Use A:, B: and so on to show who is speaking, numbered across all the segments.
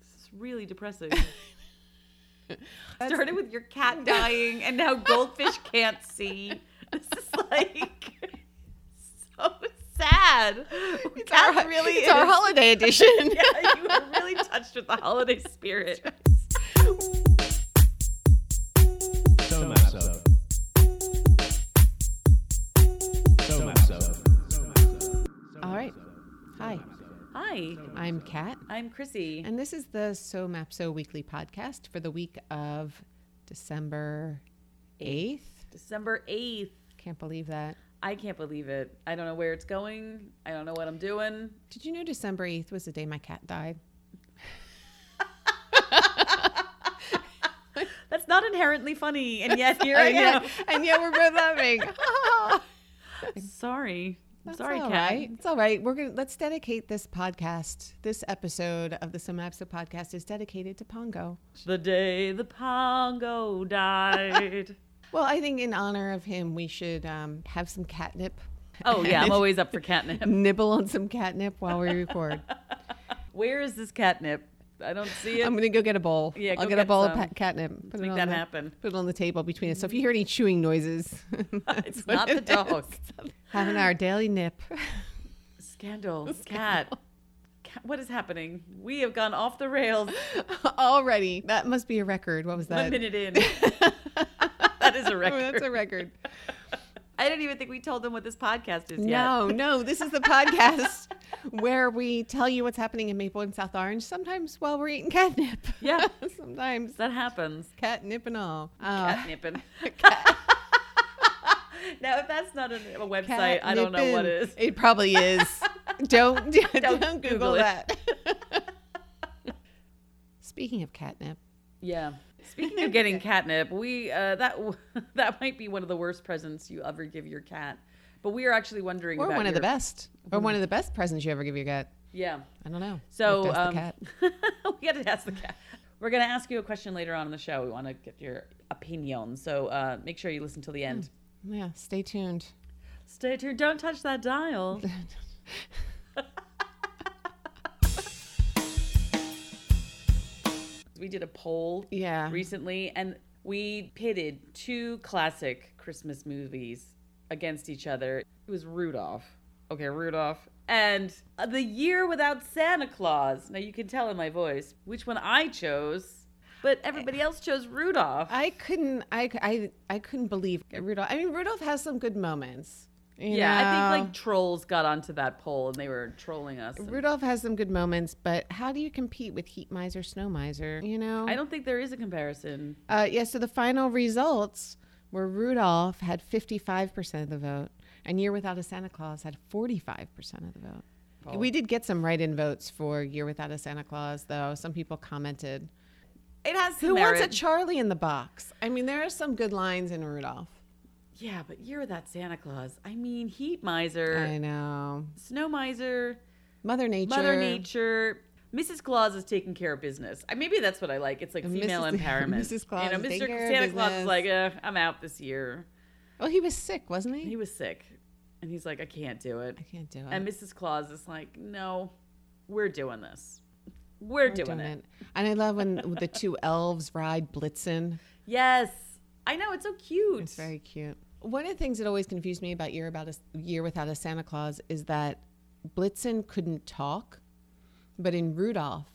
A: It's really depressing. Started with your cat dying and now goldfish can't see. This is like so sad. It's
B: our, really it's our holiday edition.
A: yeah, you were really touched with the holiday spirit.
C: So messed up. So messed up.
B: All right. Hi,
A: Hi,
B: I'm Kat,
A: I'm Chrissy.
B: and this is the So Mapso Weekly Podcast for the week of December 8th.
A: December 8th.
B: Can't believe that.
A: I can't believe it. I don't know where it's going. I don't know what I'm doing.
B: Did you know December 8th was the day my cat died?
A: That's not inherently funny. And yet here I
B: And
A: am.
B: yet, and yet we're both laughing.
A: Sorry. I'm
B: That's
A: sorry,
B: all
A: Kat.
B: right. It's all right. We're gonna let's dedicate this podcast. This episode of the Somapsa podcast is dedicated to Pongo.
A: The day the Pongo died.
B: Well, I think in honor of him, we should um, have some catnip.
A: oh, yeah. I'm always up for catnip.
B: Nibble on some catnip while we record.
A: Where is this catnip? I don't see it.
B: I'm gonna go get a bowl.
A: Yeah,
B: I'll
A: go
B: get, a
A: get
B: bowl of
A: some.
B: pa- catnip. Put
A: Make
B: on
A: that
B: the-
A: happen.
B: Put it on the table between us. So if you hear any chewing noises,
A: It's not the dog.
B: Having our daily nip.
A: Scandal. Cat. Cat. What is happening? We have gone off the rails
B: Already, that must be a record. What was that?
A: one minute in. that is a
B: Oh, that's
A: record.
B: a record.
A: I didn't even think we told them what this podcast is yet.
B: No, no, this is the podcast where we tell you what's happening in Maple and South Orange. Sometimes while we're eating catnip.
A: Yeah.
B: sometimes
A: That happens.
B: catnip and all. Uh,
A: Catnipping. now, if that's not a, a website, I don't know what
B: catnipping.
A: is.
B: It probably is. don't, don't
A: Google
B: Google,
A: it.
B: that. Speaking of catnip,
A: Yeah. Speaking of getting catnip, we uh, that w- that might be one of the worst presents you ever give your cat. But we are actually wondering
B: or
A: about
B: one of the
A: your-
B: best, or one of the best presents you ever give your cat.
A: Yeah.
B: I don't know.
A: So
B: Like, does the
A: um,
B: cat.
A: we got to ask the cat. We're going to ask you a question later on in the show. We want to get your opinion. So uh, make sure you listen till the end.
B: Yeah, stay tuned.
A: Hmm. Stay tuned. Don't touch that dial. we did a poll
B: Yeah.
A: recently and we pitted two classic Christmas movies against each other. It was Rudolph. Okay, Rudolph. And uh, The Year Without Santa Claus. Now you can tell in my voice which one I chose, but everybody else chose Rudolph.
B: I couldn't. I, c- I- I couldn't believe Rudolph. I mean, Rudolph has some good moments. you
A: yeah, I
B: know?
A: think like trolls got onto that poll and they were trolling us. and-
B: Rudolph has some good moments, but how do you compete with Heat Miser, Snow Miser? You know.
A: I don't think there is a comparison.
B: Uh, yeah. So the final results were Rudolph had fifty-five percent of the vote, and Year Without a Santa Claus had forty-five percent of the vote. We did get some write-in votes for Year Without a Santa Claus, though. Some people commented.
A: It has
B: Who wants a Charlie in the box? I mean, there are some good lines in Rudolph.
A: yeah, but you're that Santa Claus. I mean, heat miser,
B: I know.
A: snow miser,
B: Mother Nature.
A: Mother Nature. Mrs. Claus is taking care of business. I, maybe that's what I like. It's like
B: And
A: female
B: Mrs.
A: empowerment.
B: Mrs. Claus
A: You know,
B: is taking
A: Mr.
B: care of
A: Santa Claus
B: business.
A: is like, uh, I'm out this year.
B: Oh, he was sick, wasn't he?
A: He was sick, and he's like, I can't do it.
B: I can't do it.
A: And Mrs. Claus is like, No, we're doing this. We're,
B: We're
A: doing, it.
B: And I love when the two elves ride Blitzen.
A: Yes, I know. It's so cute.
B: It's very cute. One of the things that always confused me about Year About a Year Without a Santa Claus is that Blitzen couldn't talk, but in Rudolph,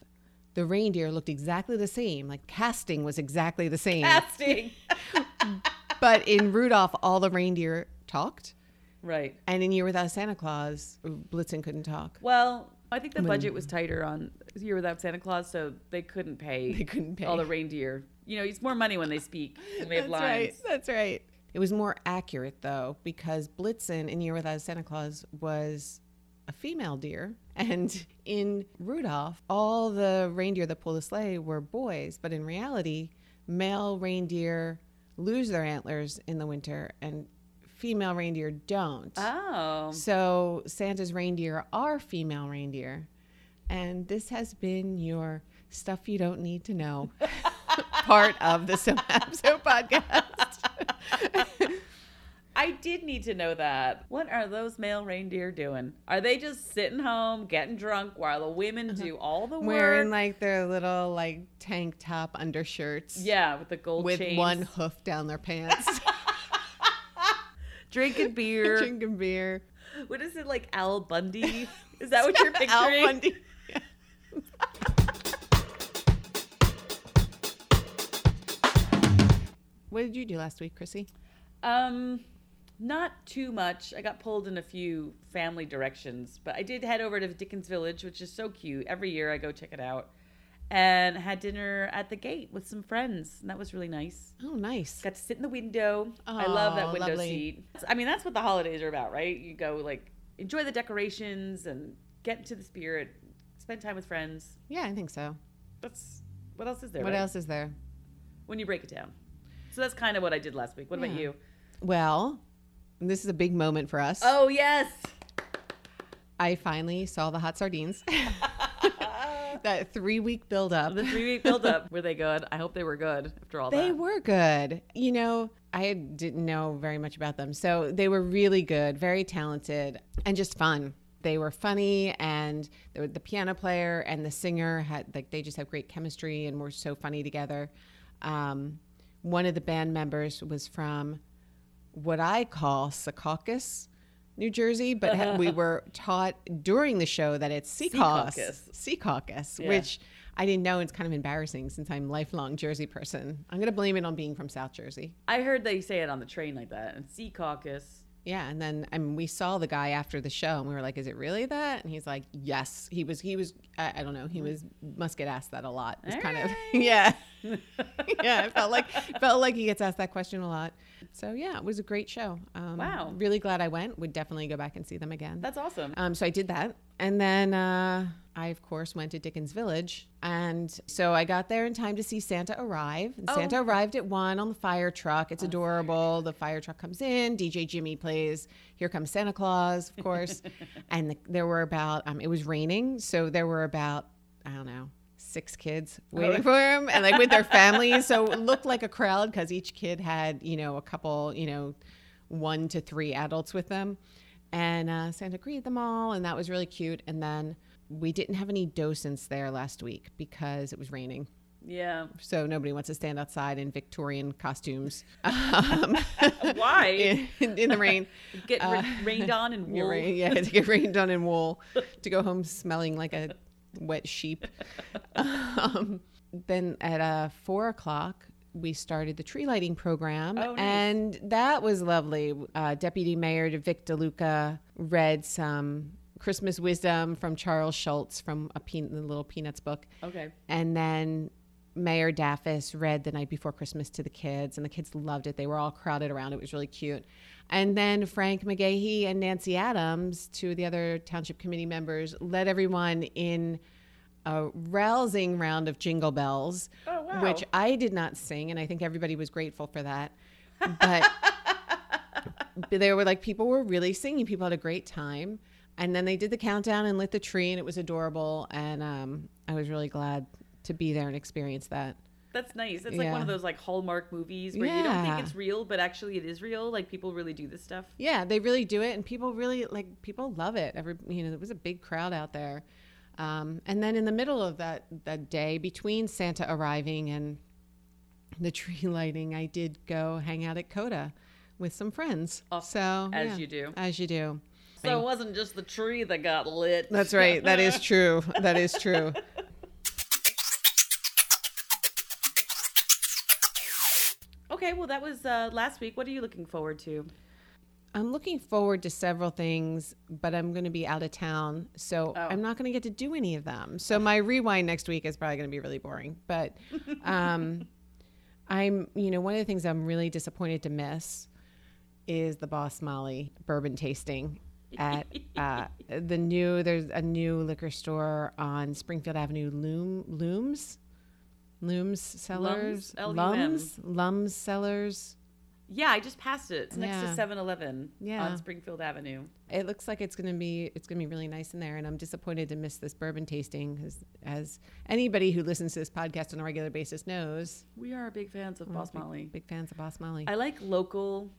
B: the reindeer looked exactly the same. Like casting was exactly the same.
A: casting.
B: but in Rudolph, all the reindeer talked.
A: right.
B: And in Year Without a Santa Claus, Blitzen couldn't talk.
A: Well, I think the budget was tighter on Year Without Santa Claus, so they couldn't pay.
B: They couldn't pay.
A: all the reindeer. You know, it's more money when they speak. When they have lines.
B: right. That's right. It was more accurate though, because Blitzen in Year Without a Santa Claus was a female deer, and in Rudolph, all the reindeer that pull the sleigh were boys, but in reality, male reindeer lose their antlers in the winter, and female reindeer don't.
A: Oh,
B: So Santa's reindeer are female reindeer, and this has been your stuff you don't need to know part of the So Abso podcast.
A: Oh. I did need to know that. What are those male reindeer doing? Are they just sitting home, getting drunk, while the women do all the work?
B: Uh-huh. Wearing like their little like tank top undershirts.
A: yeah, with the gold
B: With
A: chains.
B: one hoof down their pants,
A: drinking beer.
B: drinking beer.
A: What is it like, Al Bundy? Is that what you're picturing?
B: Al Bundy. what did you do last week, Chrissy?
A: Um, not too much. I got pulled in a few family directions, but I did head over to Dickens Village, which is so cute. Every year I go check it out, and had dinner at the gate with some friends, and that was really nice.
B: Oh, nice.
A: Got to sit in the window. I love
B: Aw,
A: that window
B: lovely.
A: seat. I mean, that's what the holidays are about, right? You go like enjoy the decorations and get into the spirit, spend time with friends.
B: Yeah, I think so.
A: That's what else is there?
B: What
A: right?
B: else is there?
A: When you break it down. So that's kind of what I did last week. What about
B: Yeah.
A: you?
B: Well, and this is a big moment for us.
A: Oh yes.
B: I finally saw the hot sardines. that three week buildup.
A: The three week buildup. Were they good? I hope they were good after all
B: They
A: that.
B: were good. You know, I didn't know very much about them. So they were really good, very talented, and just fun. They were funny, and the, the piano player and the singer had like they just have great chemistry and were so funny together. Um, one of the band members was from what I call Secaucus, New Jersey, but ha- we were taught during the show that it's Secaucus.
A: Secaucus.
B: Sea Caucus, which I didn't know. It's kind of embarrassing since I'm lifelong Jersey person. I'm gonna blame it on being from South Jersey.
A: I heard they say it on the train like that. And Sea Caucus.
B: Yeah, and then I mean, we saw the guy after the show, and we were like, "Is it really that?" And he's like, "Yes." He was. He was. I, I don't know. He was. Must get asked that a lot. It's kind of. Yeah. yeah. It felt like felt like he gets asked that question a lot. So yeah, it was a great show. Um,
A: Wow.
B: Really glad I went. Would definitely go back and see them again.
A: That's awesome.
B: Um, so I did that. And then uh, I, of course, went to Dickens Village. And so I got there in time to see Santa arrive. And Santa arrived at one Oh. on the fire truck. It's adorable. The fire truck comes in. DJ Jimmy plays Here Comes Santa Claus, of course. and the, there were about, um, it was raining. So there were about, I don't know, six kids waiting for him and like with their families. So it looked like a crowd because each kid had, you know, a couple, you know, one to three adults with them. And uh, Santa greeted them all, and that was really cute. And then we didn't have any docents there last week because it was raining.
A: yeah.
B: So nobody wants to stand outside in Victorian costumes um,
A: Why? Uh,
B: in, in the rain.
A: Get ra- rained on and
B: You're
A: wool.
B: right. Yeah, to get rained on in wool, to go home smelling like a wet sheep. Um, then at uh, four o'clock, we started the tree lighting program,
A: Oh, nice.
B: and that was lovely. Uh, Deputy Mayor Vic DeLuca read some Christmas wisdom from Charles Schultz from a pe- the little Peanuts book.
A: Okay.
B: And then Mayor Daffis read The Night Before Christmas to the kids, and the kids loved it. They were all crowded around. It was really cute. And then Frank McGahee and Nancy Adams, two of the other township committee members, led everyone in a rousing round of jingle bells,
A: Oh, wow.
B: which I did not sing, and I think everybody was grateful for that. But but they were like people were really singing people had a great time and then they did the countdown and lit the tree and it was adorable and um, i was really glad to be there and experience that
A: That's nice. That's like
B: Yeah.
A: one of those like Hallmark movies where you don't
B: Yeah.
A: think it's real, but actually it is real. Like people really do this stuff.
B: yeah they really do it and people really like people love it every you know there was a big crowd out there um, and then in the middle of that that day between santa arriving and the tree lighting i did go hang out at coda with some friends
A: Of-
B: so
A: as
B: yeah,
A: you do.
B: as you do
A: So it wasn't just the tree that got lit.
B: That's right. That is true. That is true.
A: Okay, well that was uh, last week. What are you looking forward to?
B: I'm looking forward to several things, but I'm going to be out of town, so I'm not going to get to do any of them. So my rewind next week is probably going to be really boring. But um, I'm, you know, one of the things I'm really disappointed to miss is the Boss Molly bourbon tasting at uh, the new. There's a new liquor store on Springfield Avenue, Loom Looms, Looms Cellars,
A: L-U-M.
B: Lums, Lums Cellars.
A: Yeah, I just passed it. It's next
B: Yeah.
A: to 7-Eleven
B: Yeah.
A: on Springfield Avenue.
B: it looks like it's going to be it's going to be really nice in there and i'm disappointed to miss this bourbon tasting because as anybody who listens to this podcast on a regular basis knows
A: Mm-hmm. We are big fans of Boss Molly.
B: big fans of boss molly
A: I like local.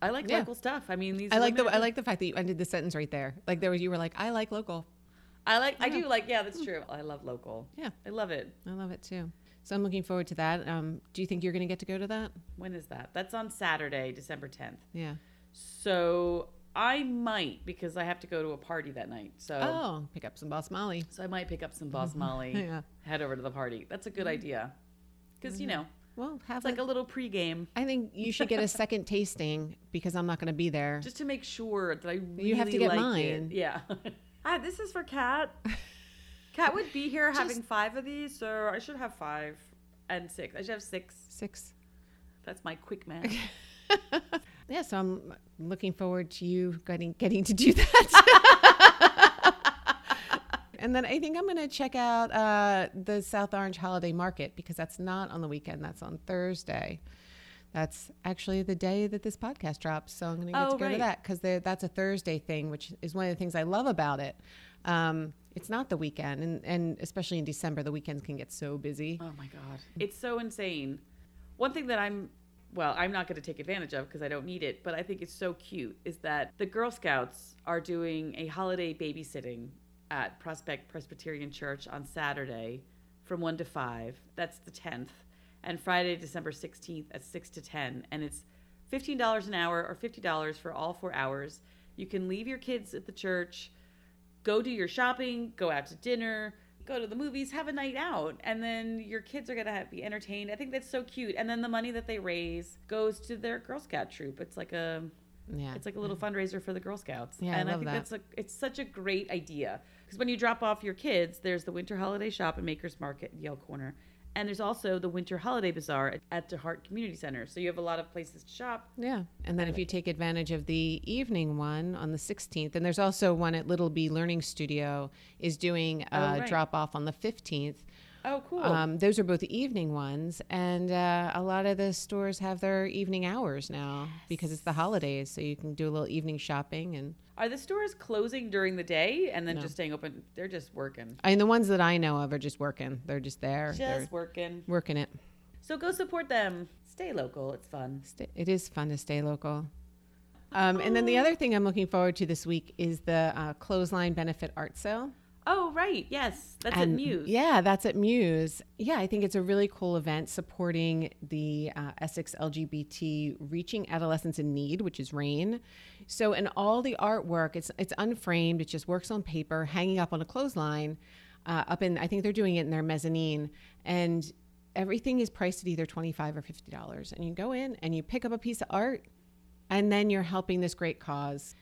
A: I I like
B: Yeah.
A: local stuff. I mean, these.
B: I like the
A: women are
B: I like the fact that you ended the sentence right there. Like there was you were like, I like local.
A: I like. I do like. Yeah, that's true. I love local.
B: Yeah.
A: I love it.
B: I love it too. So I'm looking forward to that. Um, do you think you're going to get to go to that?
A: When is that? That's on Saturday, December tenth.
B: Yeah.
A: So I might because I have to go to a party that night. So.
B: Oh, pick up some boss Molly.
A: So I might pick up some basmati,
B: Yeah. Mm-hmm.
A: head over to the party. That's a good idea, because you know
B: Well, have
A: it's like
B: a-
A: a little pregame
B: I think you should get a second tasting because I'm not going to be there.
A: just to make sure that I really
B: You have to get
A: like
B: mine.
A: It. Yeah. ah, this is for Kat. Kat would be here having five of these, so I should have five and six. I should have six.
B: Six.
A: That's my quick math.
B: Yeah, so I'm looking forward to you getting getting to do that. and then I think I'm going to check out uh, the South Orange Holiday Market because that's not on the weekend. That's on Thursday. That's actually the day that this podcast drops, so I'm going to get
A: Oh,
B: to go to
A: right.
B: that because that's a Thursday thing, which is one of the things I love about it. Um, it's not the weekend, and, and especially in December, the weekends can get so busy.
A: Oh my god, it's so insane. One thing that I'm well, I'm not going to take advantage of because I don't need it, but I think it's so cute is that the Girl Scouts are doing a holiday babysitting at Prospect Presbyterian Church on Saturday from 1 to 5. That's the 10th. And Friday, December 16th at 6 to 10, and it's $15 an hour or $50 for all 4 hours. You can leave your kids at the church go do your shopping, go out to dinner, go to the movies, have a night out, and then your kids are gonna have, be entertained. I think that's so cute. And then the money that they raise goes to their Girl Scout troop. It's like a
B: Yeah,
A: it's like a little fundraiser for the Girl Scouts.
B: Yeah, I
A: and
B: love
A: think
B: that.
A: that's a it's such a great idea because when you drop off your kids, there's the Winter Holiday Shop and Makers Market at Yale Corner. And there's also the Winter Holiday Bazaar at- at DeHart Community Center. So you have a lot of places to shop.
B: Yeah. And then if you take advantage of the evening one on the 16th, and there's also one at Little Bee Learning Studio is doing a
A: Oh, right.
B: drop off on the 15th.
A: Oh, cool.
B: Um, those are both evening ones. And uh, a lot of the stores have their evening hours now because it's the holidays. So you can do a little evening shopping. And
A: Are the stores closing during the day and then just staying open? They're just working.
B: I mean, the ones that I know of are just working, they're just there. They're
A: Just working.
B: working it.
A: So go support them. Stay local. It's fun.
B: Sta- It is fun to stay local. Um, and then
A: Oh.
B: the other thing I'm looking forward to this week is the uh, Clothesline Benefit Art Sale.
A: Oh, right. Yes. That's a
B: And-
A: news.
B: Yeah, that's at Muse. Yeah, I think it's a really cool event supporting the uh, Essex LGBT Reaching Adolescents in Need, which is RAIN. So, in all the artwork, it's it's unframed. It just works on paper, hanging up on a clothesline, uh, up in. I think they're doing it in their mezzanine, and everything is priced at either twenty five or fifty dollars. And you go in and you pick up a piece of art, and then you're helping this great cause.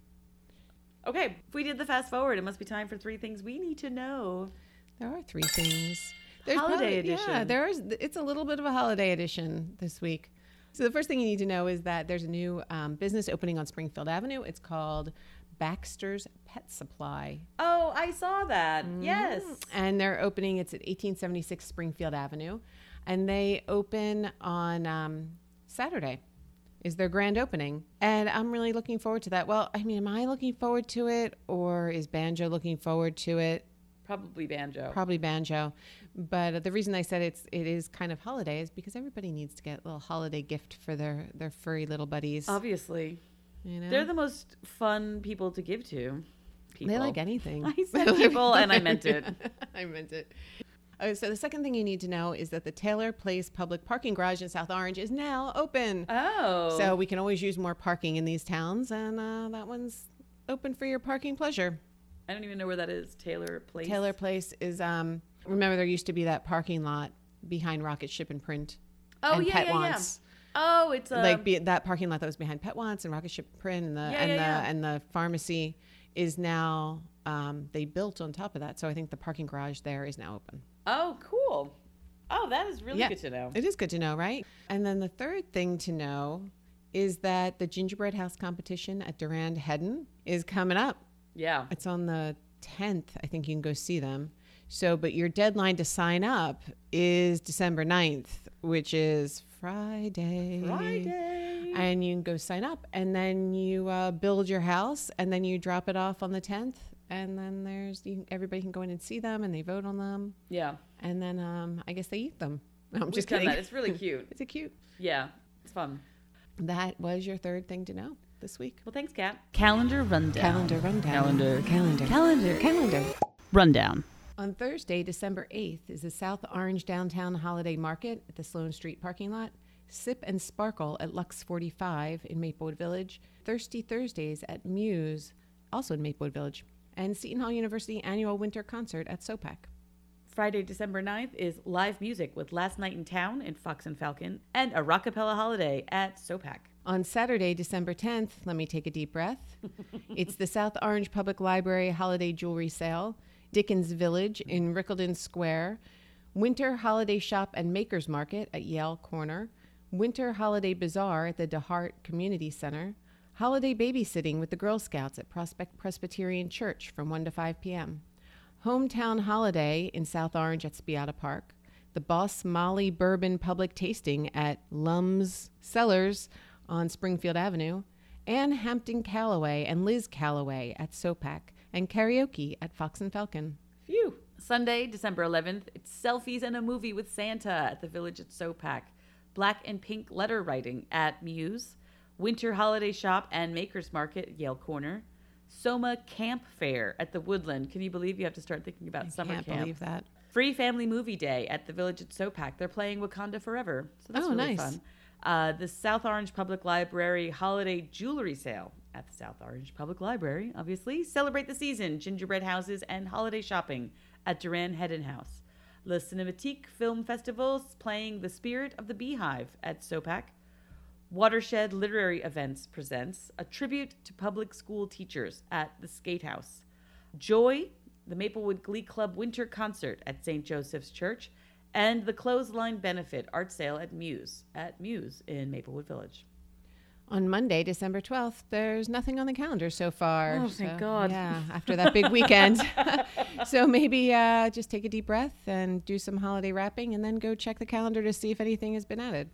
A: Okay. If we did the fast forward, it must be time for three things we need to know.
B: There are three things.
A: Holiday
B: Yeah,
A: edition.
B: there is. It's a little bit of a holiday edition this week. So the first thing you need to know is that there's a new um, business opening on Springfield Avenue. It's called Baxter's Pet Supply,
A: Oh, I saw that.
B: Mm.
A: Yes.
B: and they're opening. It's at 1876 Springfield Avenue, and they open on um, Saturday. Is their grand opening, and I'm really looking forward to that. Well, I mean, am I looking forward to it, or is Banjo looking forward to it?
A: Probably banjo.
B: probably banjo but the reason i said it's it is kind of holiday is because everybody needs to get a little holiday gift for their their furry little buddies
A: Obviously.
B: you know
A: Um, They're the most fun people to give to. People.
B: they like anything
A: I said people and I meant it.
B: i meant it Oh, so the second thing you need to know is that the Taylor Place Public Parking Garage in South Orange is now open.
A: Oh.
B: So we can always use more parking in these towns, and uh, that one's open for your parking pleasure.
A: I don't even know where that is. Taylor Place.
B: Taylor Place is um remember there used to be that parking lot behind Rocket Ship and Print.
A: Oh,
B: and
A: yeah,
B: Pet
A: yeah, yeah.
B: Wants.
A: Oh, it's a.
B: like be, that parking lot that was behind Pet Wants and Rocket Ship Print and the
A: Yeah,
B: and
A: yeah,
B: the
A: yeah.
B: and the pharmacy is now um, they built on top of that. So I think the parking garage there is now open.
A: oh, cool. Oh, that is really good to know.
B: It is good to know, right? And then the third thing to know is that the gingerbread house competition at Durand Hedden is coming up.
A: Yeah.
B: It's on the 10th. I think you can go see them. So, but your deadline to sign up is December 9th, which is Friday.
A: Friday.
B: And you can go sign up and then you uh, build your house and then you drop it off on the 10th. And then there's you, everybody can go in and see them and they vote on them.
A: Yeah.
B: And then um, I guess they eat them. No, I'm
A: We've
B: just
A: done
B: kidding.
A: that. It's really cute.
B: It's a cute.
A: Yeah, it's fun.
B: That was your third thing to know. this week.
A: Well, thanks, Kat. Calendar rundown.
B: Calendar rundown.
A: Calendar.
B: Calendar.
A: Calendar.
B: Calendar.
A: Rundown.
B: On Thursday, December 8th, is the South Orange Downtown Holiday Market at the Sloan Street parking lot, Sip and Sparkle at Lux 45 in Maplewood Village, Thirsty Thursdays at Muse, also in Maplewood Village, and Seton Hall University Annual Winter Concert at SOPAC.
A: Friday, December 9th is live music with Last Night in Town and Fox and Falcon and a Rockapella holiday at SOPAC.
B: On Saturday, December 10th, let me take a deep breath. it's the South Orange Public Library Holiday Jewelry Sale, Dickens Village in Rickelton Square, Winter Holiday Shop and Makers Market at Yale Corner, Winter Holiday Bazaar at the DeHart Community Center, Holiday Babysitting with the Girl Scouts at Prospect Presbyterian Church from 1 to 5 p.m. Hometown Holiday in South Orange at Spiata Park. The Boss Molly Bourbon Public Tasting at Lum's Cellars on Springfield Avenue. Ann Hampton Calloway and Liz Calloway at SOPAC. And karaoke at Fox and Falcon.
A: Phew. Sunday, December 11th, it's selfies and a movie with Santa at the Village at SOPAC, black and pink letter writing at Muse, winter holiday shop and makers market at Yale Corner, Soma Camp Fair at the Woodland. Can you believe you have to start thinking about summer
B: Can't
A: camp?
B: believe that.
A: Free Family Movie Day at the Village at SOPAC. They're playing Wakanda Forever. So that's
B: Oh,
A: really
B: nice.
A: fun. Uh, the South Orange Public Library Holiday Jewelry Sale at the South Orange Public Library, obviously. Celebrate the season, gingerbread houses, and holiday shopping at Duran Hedden House. La Cinematique Film Festivals playing The Spirit of the Beehive at SOPAC. Watershed Literary Events presents a tribute to public school teachers at the Skate House. Joy, the Maplewood Glee Club Winter Concert at St. Joseph's Church, and the Clothesline Benefit Art Sale at Muse, at Muse in Maplewood Village.
B: On Monday, December 12th, there's nothing on the calendar so far.
A: Oh, thank
B: So,
A: God.
B: Yeah, after that big weekend. so maybe uh, just take a deep breath and do some holiday wrapping and then go check the calendar to see if anything has been added.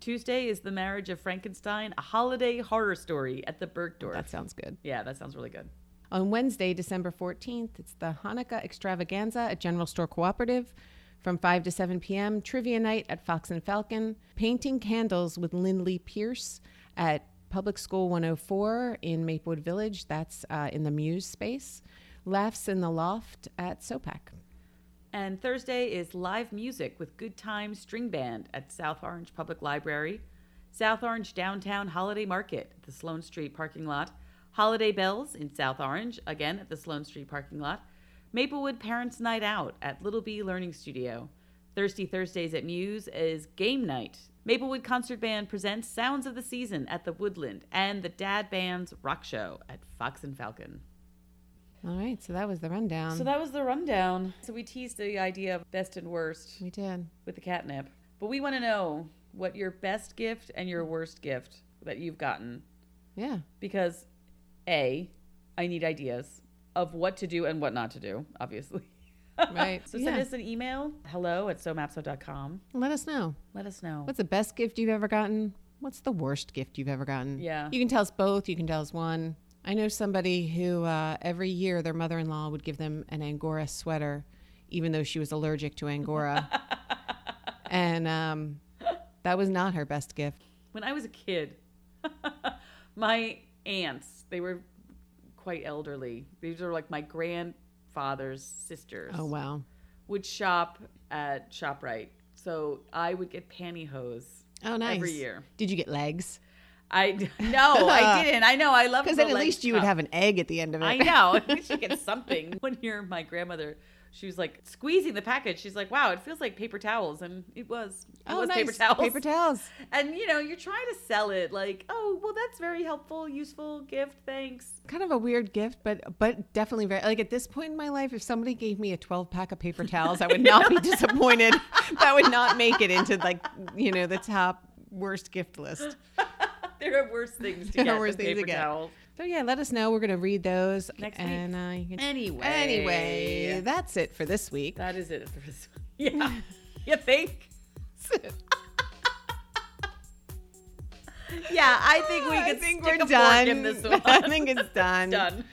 A: Tuesday is The Marriage of Frankenstein, a holiday horror story at the Bergdorf.
B: That sounds good.
A: yeah, that sounds really good.
B: On Wednesday, December 14th, it's the Hanukkah Extravaganza at General Store Cooperative from 5 to 7 p.m., trivia night at Fox and Falcon, painting candles with Lindley Pierce at Public School 104 in Maplewood Village. That's uh, in the Muse space. Laughs in the Loft at SOPAC.
A: And Thursday is live music with Good Time String Band at South Orange Public Library, South Orange Downtown Holiday Market at the Sloan Street parking lot, Holiday Bells in South Orange, again at the Sloan Street parking lot, Maplewood Parents Night Out at Little Bee Learning Studio. Thirsty Thursdays at Muse is game night. Maplewood Concert Band presents Sounds of the Season at the Woodland and the Dad Band's Rock Show at Fox and Falcon.
B: All right, so that was the rundown.
A: So that was the rundown. So we teased the idea of best and worst
B: we did.
A: with the catnip. But we want to know what your best gift and your worst gift that you've gotten
B: Yeah.
A: because A, I need ideas of what to do and what not to do, obviously.
B: Right.
A: So send
B: Yeah.
A: us an email, hello at somapso.com.
B: Let us know.
A: Let us know.
B: What's the best gift you've ever gotten? What's the worst gift you've ever gotten?
A: Yeah.
B: You can tell us both. You can tell us one. I know somebody who uh, every year their mother in law would give them an Angora sweater, even though she was allergic to Angora. and um, that was not her best gift.
A: when I was a kid, my aunts, they were quite elderly. These were like my grandfather's sisters.
B: Oh, wow.
A: Would shop at ShopRite. So I would get pantyhose
B: Oh, nice.
A: every year.
B: Did you get legs?
A: I no, I didn't. I know. I love
B: Because
A: the
B: then at
A: leg
B: least you would
A: chop.
B: have an egg at the end of it.
A: I know. At least you get something. One year, my grandmother, she was like squeezing the package. She's like, "Wow, it feels like paper towels," and it was. It
B: Oh,
A: was
B: nice.
A: paper towels.
B: Paper towels.
A: and you know, you're trying to sell it like, "Oh, well, that's very helpful, useful gift. Thanks."
B: kind of a weird gift, but but definitely very like at this point in my life, if somebody gave me a twelve pack of paper towels, I would not be disappointed. that would not make it into like you know the top worst gift list.
A: There are worse things to
B: There are
A: get than
B: worse things to
A: paper
B: get.
A: towels.
B: So yeah, let us know. We're gonna read those
A: Next week.
B: and, Uh, you can-
A: Anyway.
B: anyway, that's it for this week.
A: That is it for this. Yeah, you think? Yeah, I think we
B: I
A: could
B: think
A: stick
B: we're
A: a
B: done.
A: fork in this one.
B: I think it's done.
A: done.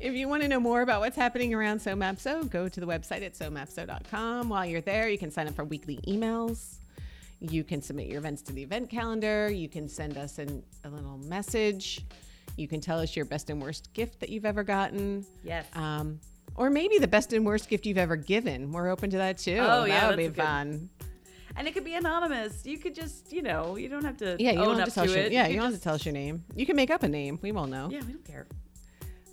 B: If you want to know more about what's happening around SoMapso, go to the website at somapso.com. While you're there, you can sign up for weekly emails. You can submit your events to the event calendar. You can send us an, a little message. You can tell us your best and worst gift that you've ever gotten.
A: Yes.
B: Um, or maybe the best and worst gift you've ever given. We're open to that too.
A: Oh,
B: that
A: yeah,
B: would
A: that's
B: be
A: a good-
B: fun.
A: and it could be anonymous. You could just, you know, you don't have to
B: Yeah, you
A: own
B: don't
A: up
B: have to tell us
A: to
B: your,
A: it.
B: yeah,
A: could
B: you don't have
A: just-
B: to tell us your name. You can make up a name. We won't know.
A: Yeah, we don't care.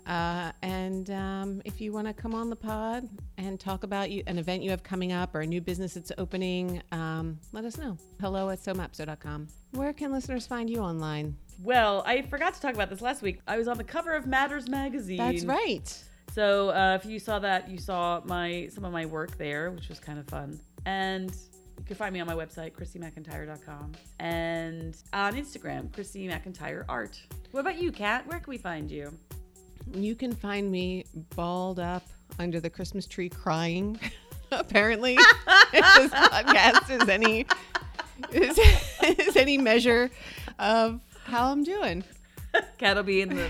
B: Uh, and um, if you want to come on the pod and talk about you, an event you have coming up or a new business that's opening, um, let us know. Hello at somapso.com. Where can listeners find you online?
A: Well, I forgot to talk about this last week. I was on the cover of Matters magazine.
B: That's right.
A: So uh, if you saw that, you saw my some of my work there, which was kind of fun. And you can find me on my website, christymcintyre.com, and on Instagram, Christy McIntyre Art. What about you, Kat? Where can we find you?
B: You can find me balled up under the Christmas tree crying. Apparently, if this podcast is any is, is any measure of how I'm doing.
A: Kat will be in the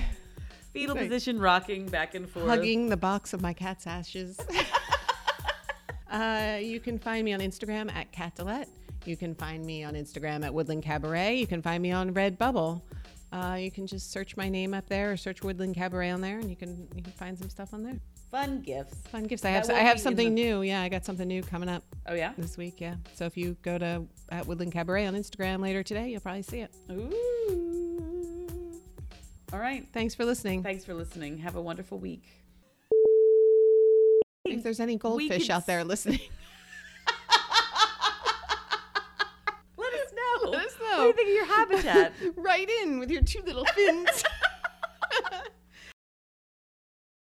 A: fetal
B: Right.
A: position, rocking back and forth.
B: hugging the box of my cat's ashes. uh, you can find me on Instagram at Catalette. You can find me on Instagram at Woodland Cabaret. You can find me on Redbubble. Uh, you can just search my name up there or search Woodland Cabaret on there, and you can you can find some stuff on there.
A: Fun gifts.
B: Fun gifts. I have
A: That
B: I
A: will
B: have
A: be in
B: something
A: the-
B: new. Yeah, I got something new coming up
A: Oh yeah.
B: this week. Yeah. So if you go to at Woodland Cabaret on Instagram later today, you'll probably see it.
A: Ooh. All right.
B: Thanks for listening.
A: Thanks for listening. Have a wonderful week.
B: If there's any goldfish
A: could
B: out there listening,
A: Let us know.
B: Let us
A: What do you
B: know.
A: think of your habitat?
B: right in with your two little fins.